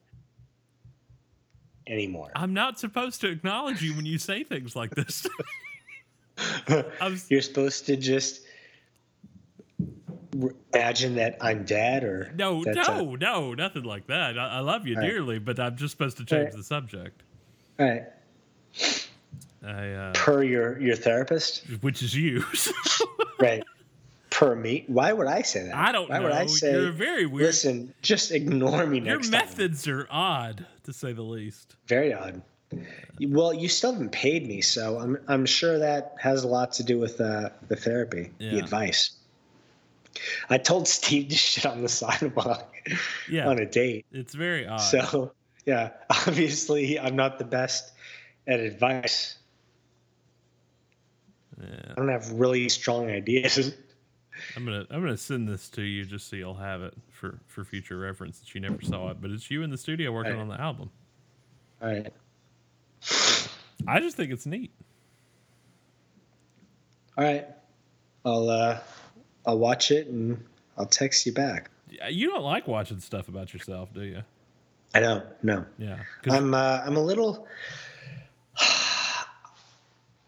anymore? (laughs) I'm not supposed to acknowledge you when you say things like this. (laughs) I'm, s- You're supposed to just r- imagine that I'm dead or no, that, uh, no, no, nothing like that. I, I love you All right. dearly, but I'm just supposed to change right. the subject. all right. I, uh, Per your your therapist, which is you. (laughs) So right? Per me? Why would I say that? I don't Why know. would I say? You're very weird. Listen, just ignore me Your next time. methods are odd, to say the least. Very odd. Well, you still haven't paid me, so I'm I'm sure that has a lot to do with uh, the therapy, Yeah. the advice. I told Steve to shit on the sidewalk (laughs) Yeah, on a date, it's very odd. so yeah, obviously I'm not the best at advice. Yeah. I don't have really strong ideas. (laughs) I'm gonna I'm gonna send this to you just so you'll have it for for future reference that you never saw it. But it's you in the studio working Right. on the album. All right, I just think it's neat. all right, I'll uh, I'll watch it and I'll text you back. Yeah, You don't like watching stuff about yourself, do you? I don't know. Yeah. 'Cause- I'm uh, I'm a little (sighs)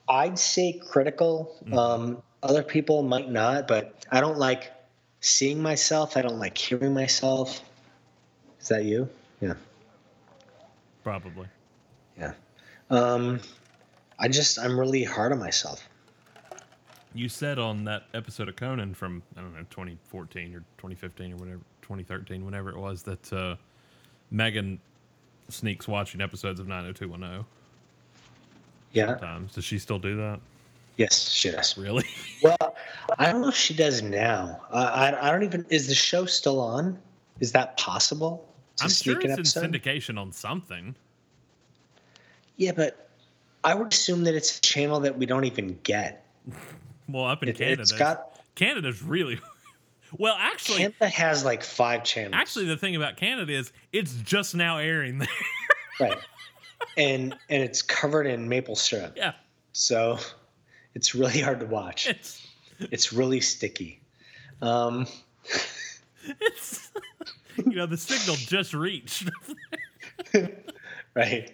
I'd say critical. Um, other people might not, but I don't like seeing myself. I don't like hearing myself. Is that you? Yeah. probably. Yeah. Um, I just I'm really hard on myself. You said on that episode of Conan from I don't know 2014 or 2015 or whatever 2013 whenever it was that uh, Megan sneaks watching episodes of 90210 Yeah. times. Does she still do that? Yes, she does. Really? Well, I don't know if she does now. Uh, I I don't even. Is the show still on? Is that possible? to I'm sure sneak an it's in episode? syndication on something. Yeah, but I would assume that it's a channel that we don't even get. Well, up in It, Canada, has got Canada's really (laughs) well. Actually, Canada has like five channels. actually, the thing about Canada is it's just now airing there. right, and and it's covered in maple syrup, yeah, so it's really hard to (laughs) watch. it's It's really sticky. Um, it's (laughs) you know the signal just reached, (laughs) right.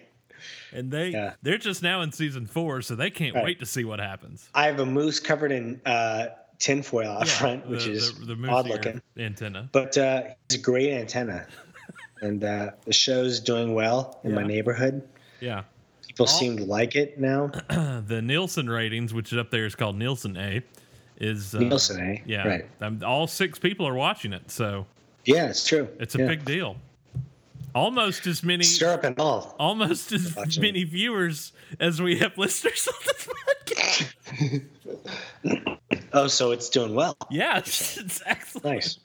and they Yeah. they're just now in season four, so they can't Right. wait to see what happens. I have a moose covered in uh, tinfoil out Yeah, front, which the, is the, the moose odd ear looking. antenna. But uh, he's a great antenna, and uh, the show's doing well in my Yeah. neighborhood. Yeah, Uh, People seem to like (clears throat) it now. the Nielsen ratings, which is up there, is called Nielsen A. Is uh, Nielsen, eh? Yeah, Right. Um, all six people are watching it, so Yeah, it's true. it's a Yeah. big deal. Almost as many syrup and all. almost as Watching. many viewers as we have listeners on this podcast. Oh, so it's (laughs) doing well. Yeah, it's, it's excellent. Nice.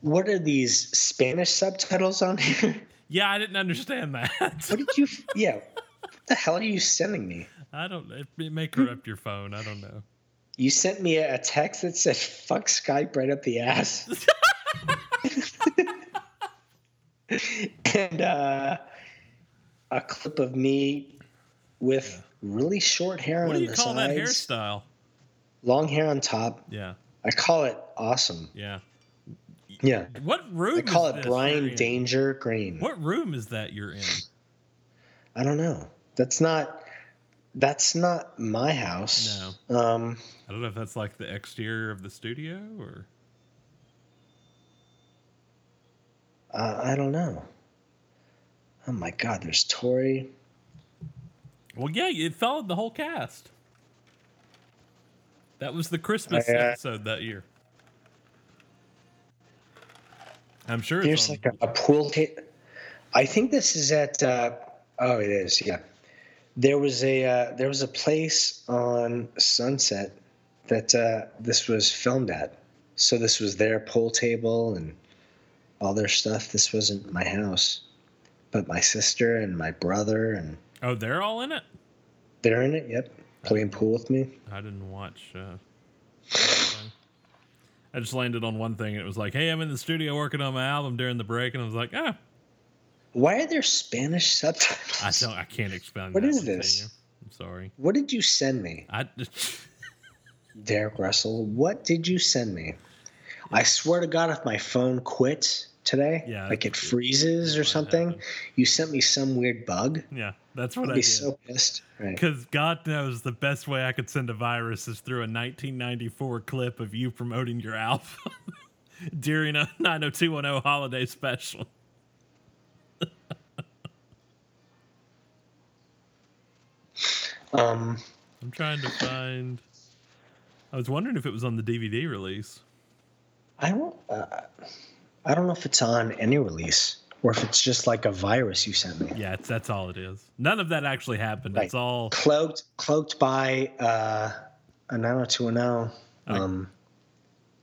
What are these Spanish subtitles on here? Yeah, I didn't understand that. (laughs) What did you? (laughs) Yeah, what the hell are you sending me? I don't. It, it may corrupt your phone. I don't know. You sent me a text that said "fuck Skype" right up the (laughs) ass. and uh, a clip of me with really short hair What on do you the call that sides, hairstyle? long hair on top. Yeah, I call it awesome. yeah. Yeah, What room? I call is it this you're Brian in? Danger Green. What room is that you're in? I don't know. That's not that's not my house. No. Um I don't know if that's like the exterior of the studio or. uh, I don't know. Oh my god, there's Tori. Well, yeah, it followed the whole cast. That was the Christmas I, uh, episode that year. I'm sure it's There's on, like a, a pool ta- I think this is at uh oh it is, yeah. There was a uh, there was a place on Sunset that uh, this was filmed at. So this was their pool table and all their stuff. This wasn't my house. But my sister and my brother and Oh, they're all in it. They're in it. Yep, playing pool with me. I didn't watch. Uh, everything. I just landed on one thing. It was like, "Hey, I'm in the studio working on my album during the break," and I was like, "Ah, Why are there Spanish subtitles? I don't, I can't explain." What that is one to this? you. I'm sorry. What did you send me, I (laughs) just, Derek Russell? What did you send me? I swear to God, if my phone quits today, Yeah, like it- it freezes it or might something, happen. you sent me some weird bug. yeah, that's what I'd I be did. so pissed. Right. Because God knows the best way I could send a virus is through a 1994 clip of you promoting your album (laughs) during a 90210 holiday special. Um, I'm trying to find. I was wondering if it was on the DVD release. I don't. Uh, I don't know if it's on any release or if it's just like a virus you sent me. Yeah, it's, that's all it is. None of that actually happened. It's Right. all. Cloaked, cloaked by uh, a 90210. Um,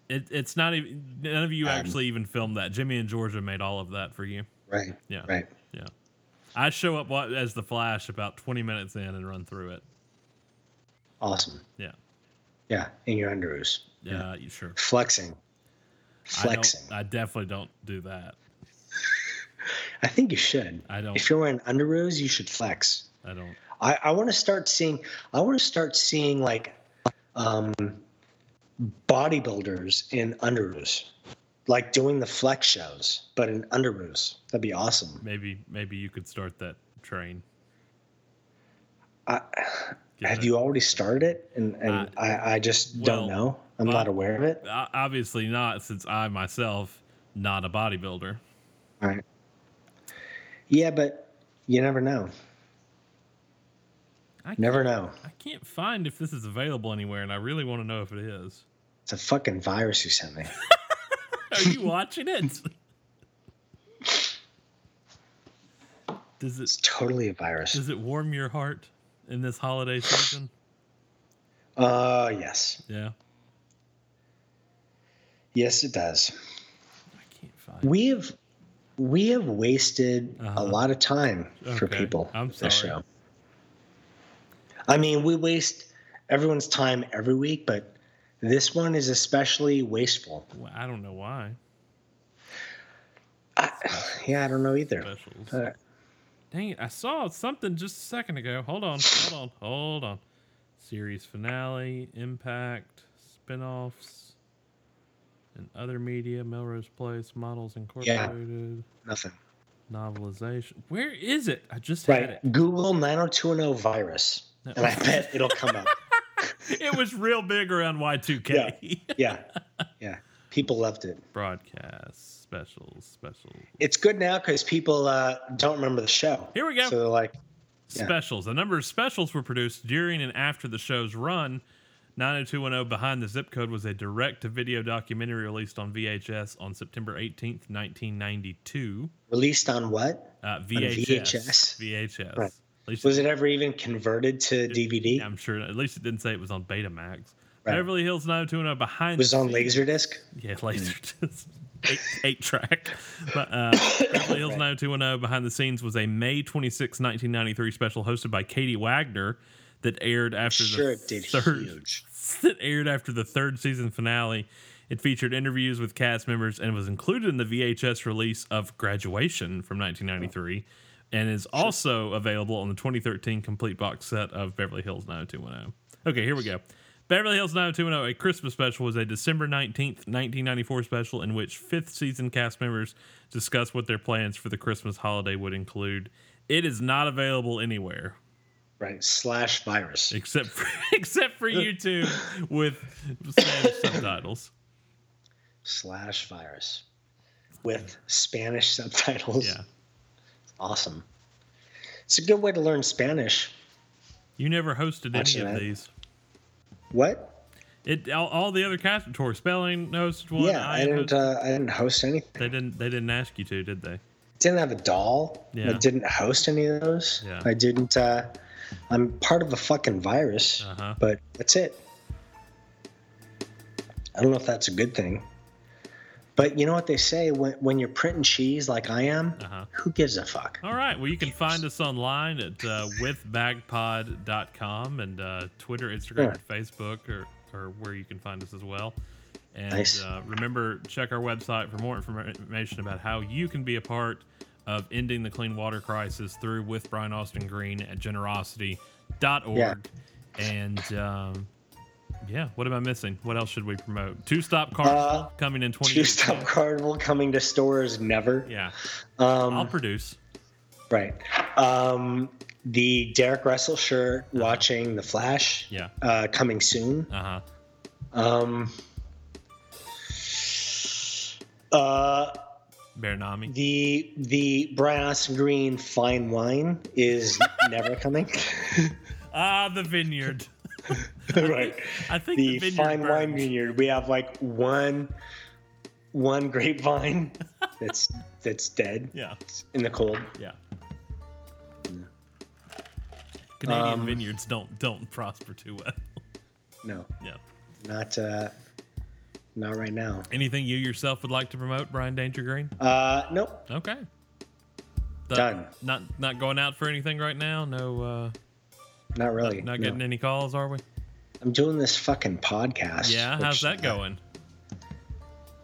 It, it's not even. None of you actually even filmed that. Jimmy and Georgia made all of that for you. right. Yeah. Right. Yeah. I show up wa- as the Flash about 20 minutes in and run through it. Awesome. Yeah. Yeah, in your underoos. Yeah, you sure. Flexing. Hmm. Flexing. I, don't, I definitely don't do that. I think you should. I don't. If you're wearing underoos, you should flex. I don't. I, I want to start seeing I want to start seeing like um bodybuilders in underoos. Like doing the flex shows, but in underoos. That'd be awesome. Maybe maybe you could start that train. I, Get have that- you already started it? And and Uh, I, I just well, don't know. I'm well- uh, not aware of it. O- Obviously not, since I myself not a bodybuilder. All right. Yeah, but you never know. I Never can't- know. I can't find if this is available anywhere, and I really want to know if it is. It's a fucking virus you sent me. Are you watching it? Does it It's totally a virus. does it warm your heart in this holiday season? Uh, yes. Yeah, Yes, it does. I can't find. We have we have wasted Uh-huh. a lot of time for Okay, people I'm with this sorry. show. I mean, we waste everyone's time every week, but this one is especially wasteful. Well, I don't know why. I, (sighs) yeah, I don't know either. Specials. Uh, Dang it! I saw something just a second ago. Hold on, hold on, hold on. Series finale, impact, spin-offs, and other media. Melrose Place, Models Incorporated, nothing. novelization. Where is it? I just had Right. it. Google 90210 virus, and I bet it'll come (laughs) up. It was real big around Y2K. Yeah. Yeah. People loved it. (laughs) Broadcast specials, specials, It's good now because people uh, don't remember the show. Here we go. So they're like, Yeah. specials. A number of specials were produced during and after the show's run. 90210 Behind the Zip Code was a direct to video documentary released on VHS on September 18th, 1992. released on what? Uh, VHS. VHS? VHS. Right. At least Was it ever even converted to DVD? I'm sure. At least it didn't say it was on Betamax. Right. Beverly Hills 90210 Behind It was the on Scenes- Laserdisc? Yeah, laser (laughs) disc. Eight, eight track. But, uh, Beverly Hills 90210 oh, Behind the Scenes was a May 26, 1993 special hosted by Katie Wagner that aired after Sure, the it did third huge. (laughs) that aired after the third season finale. It featured interviews with cast members and was included in the VHS release of Graduation from 1993 and is also available on the 2013 complete box set of Beverly Hills 90210. oh. Okay, here we go. Beverly Hills 90210, oh, a Christmas special, was a December 19th, 1994 special in which fifth season cast members discuss what their plans for the Christmas holiday would include. It is not available anywhere Right. Slash virus. except for, (laughs) except for YouTube with Spanish subtitles. Slash virus. With Spanish subtitles. Yeah, Awesome. It's a good way to learn Spanish. you never hosted Watch any of that. these. What? It all, all the other cast tour spelling hosted one. yeah, I, didn't. hosted- Uh, I didn't host anything. they didn't. They didn't ask you to, did they? Didn't have a doll. Yeah. I didn't host any of those. Yeah. I didn't. Uh, I'm part of a fucking virus, Uh-huh. but that's it. I don't know if that's a good thing, but you know what they say when when you're printing cheese like I am, Uh-huh. who gives a fuck? All right. Well, you can find us online at uh, withbagpod.com and uh, Twitter, Instagram, Yeah. and Facebook, or, or where you can find us as well. And Nice. uh, remember, check our website for more informa- information about how you can be a part of ending the clean water crisis through with Brian Austin Green at generosity.org. Yeah. And um, yeah, what am I missing? What else should we promote? Two Stop Cars Uh, coming in 20 Two Stop Carnival coming to stores never. Yeah. Um, I'll produce. Right. Um, the Derek Russell shirt, watching The Flash, Uh-huh. Yeah. uh, coming soon. Uh huh. Um, uh, Baranami. the the Brian Austin Green fine wine (laughs) is never coming. Ah, the vineyard. right. I think the, (laughs) The vineyard fine wine burned. vineyard. We have like one one (laughs) grapevine that's that's dead Yeah, in the cold. yeah. Canadian Um, vineyards don't don't prosper too well. (laughs) No, Yeah. not uh, not right now. Anything you yourself would like to promote, Brian Danger Green? Uh, nope. Okay. The- Done. Not not going out for anything right now. No, uh, Not really. not no. getting any calls, are we? I'm doing this fucking podcast. Yeah. which, How's that uh, going?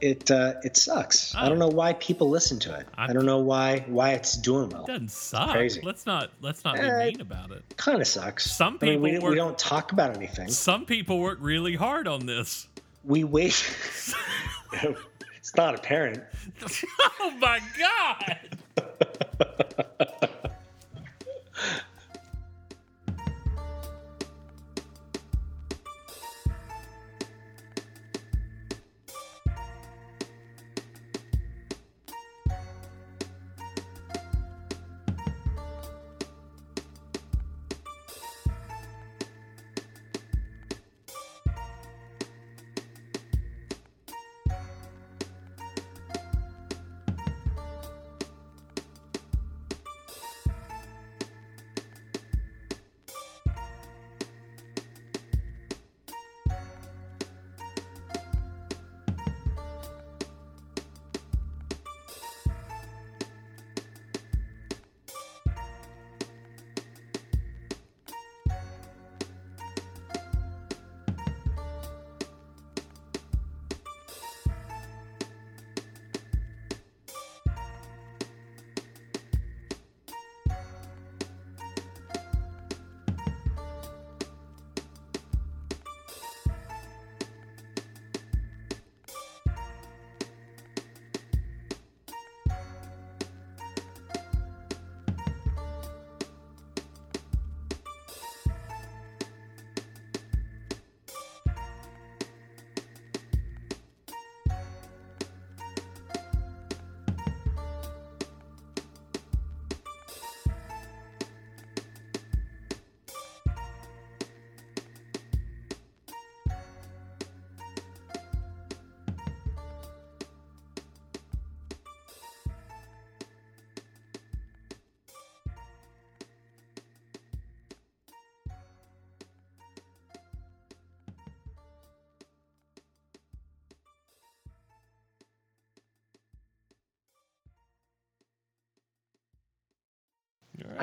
It uh, it sucks. I Oh. don't know why people listen to it. I, I- don't know why why it's doing well. Doesn't suck. crazy. Let's not let's not be Eh. mean about it. Kind of sucks. Some I mean, we, people we work- don't talk about anything. Some people work really hard on this. (laughs) We wait. (laughs) it's not apparent. oh my god.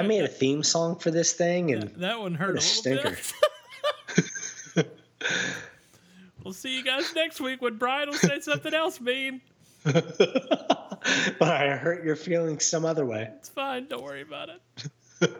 made a theme song for this thing, and That one hurt a What a little stinker. bit. (laughs) we'll see you guys next week when Brian will say something else mean. (laughs) but I hurt your feelings some other way. It's fine. Don't worry about it.